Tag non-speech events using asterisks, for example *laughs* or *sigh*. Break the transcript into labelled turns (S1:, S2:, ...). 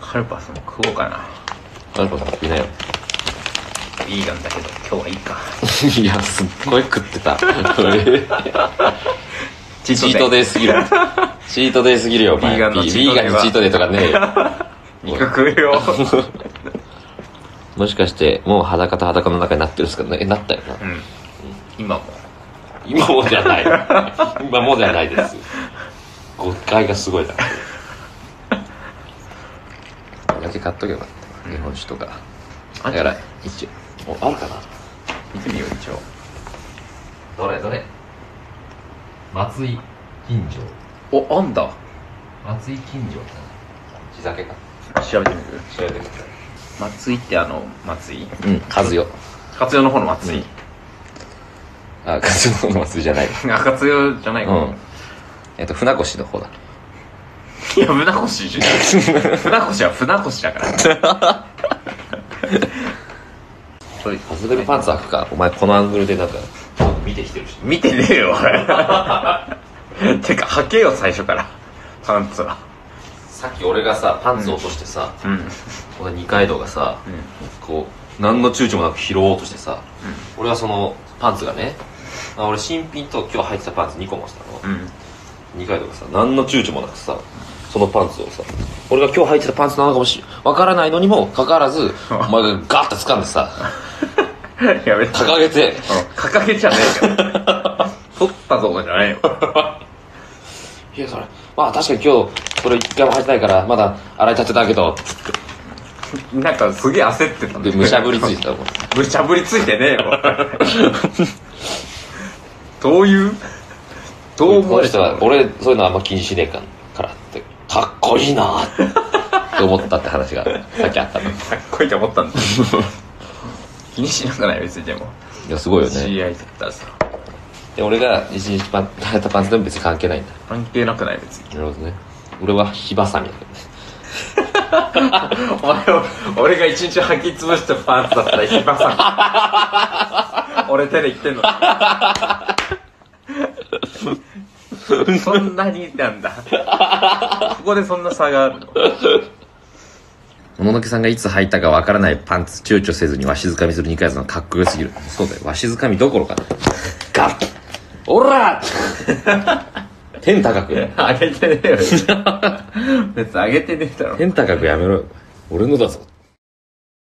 S1: カルパスも食おうかな
S2: カルパス買ってきなよ
S1: ビーガンだけど今日はいいか
S2: *laughs* いやすっごい食って *laughs* た
S1: チ
S2: チートデイすぎるチートデイすぎるよお
S1: ビ
S2: 前
S1: ーガンのチー
S2: ビ
S1: ト
S2: ー
S1: デイは
S2: ガンのチートデイとかねえよ
S1: 味
S2: *laughs*
S1: 覚よ
S2: もしかしてもう裸と裸の中になってるんですかねえなったよな
S1: うん今も
S2: 今もじゃ *laughs* ない今もじゃないです誤解がすごいなこれだけ買っとけばよかった日本酒とか
S1: あ
S2: だから一応おあるかな
S1: 見てみよう一応
S2: どれどれ松井金城
S1: おあんだ
S2: 松井金城って地酒か
S1: 調べてみる
S2: 調べてくださ
S1: 松井ってあの松井
S2: いうん和代
S1: 活用の方の松井、
S2: あ和代の松井じゃない
S1: あ活用じゃないか、
S2: うんえっと船越の方だ
S1: いや船越じゃ *laughs* ない船越は船越だからそういう
S2: 外れるパンツ履くかお前このアングルでなんか見てきてるし
S1: 見てねえよ俺 *laughs* てか履けよ最初からパンツは
S2: さっき俺がさパンツ落としてさ、
S1: うんうん
S2: この二階堂がさ、こう何の躊躇もなく拾おうとしてさ、俺はそのパンツがねあ俺新品と今日履いてたパンツ2個持ってたの、
S1: うん
S2: 二階堂がさ何の躊躇もなくさそのパンツをさ俺が今日履いてたパンツなのかもしわからないのにもかかわ
S1: *laughs*
S2: らずお前がガッて掴んでさ
S1: やめて
S2: 掲げて
S1: 掲げちゃねえから
S2: *laughs*
S1: 取ったとこじゃないよ
S2: いやそれまあ確かに今日それ一回も履いてないからまだ洗いたてだけど
S1: なんかすげえ焦ってたん
S2: でむしゃぶりついて
S1: *laughs*
S2: たもん
S1: むしゃぶりついてねえよ
S2: *laughs*
S1: どういうどう思
S2: こ
S1: わ
S2: の
S1: れ
S2: 人
S1: た
S2: は俺そういうのあんま気にしねえかからってかっこいいなって思ったって話がさっきあったのい
S1: かっこいいと思った
S2: *laughs*
S1: んだ気にしなくない別にでも
S2: やすごいよね
S1: CI だったらさ
S2: で俺が一日パン履いたパンツでも別に関係ないんだ
S1: 関係なくない別に
S2: なるほどね俺は火ばさみだけどね
S1: お前を俺が一日履き潰したパンツだったら引きばさん俺手で言ってんのにそんなになんだここでそんな差があるの
S2: 小野木さんがいつ履いたかわからないパンツ躊躇せずにわしづかみする二階さんかっこよすぎるそうだよわしづかみどころかガッオラ *laughs* 天高く
S1: *laughs* あげてねえよ別にあげてねえだろ
S2: 天高くやめろよ俺のだぞ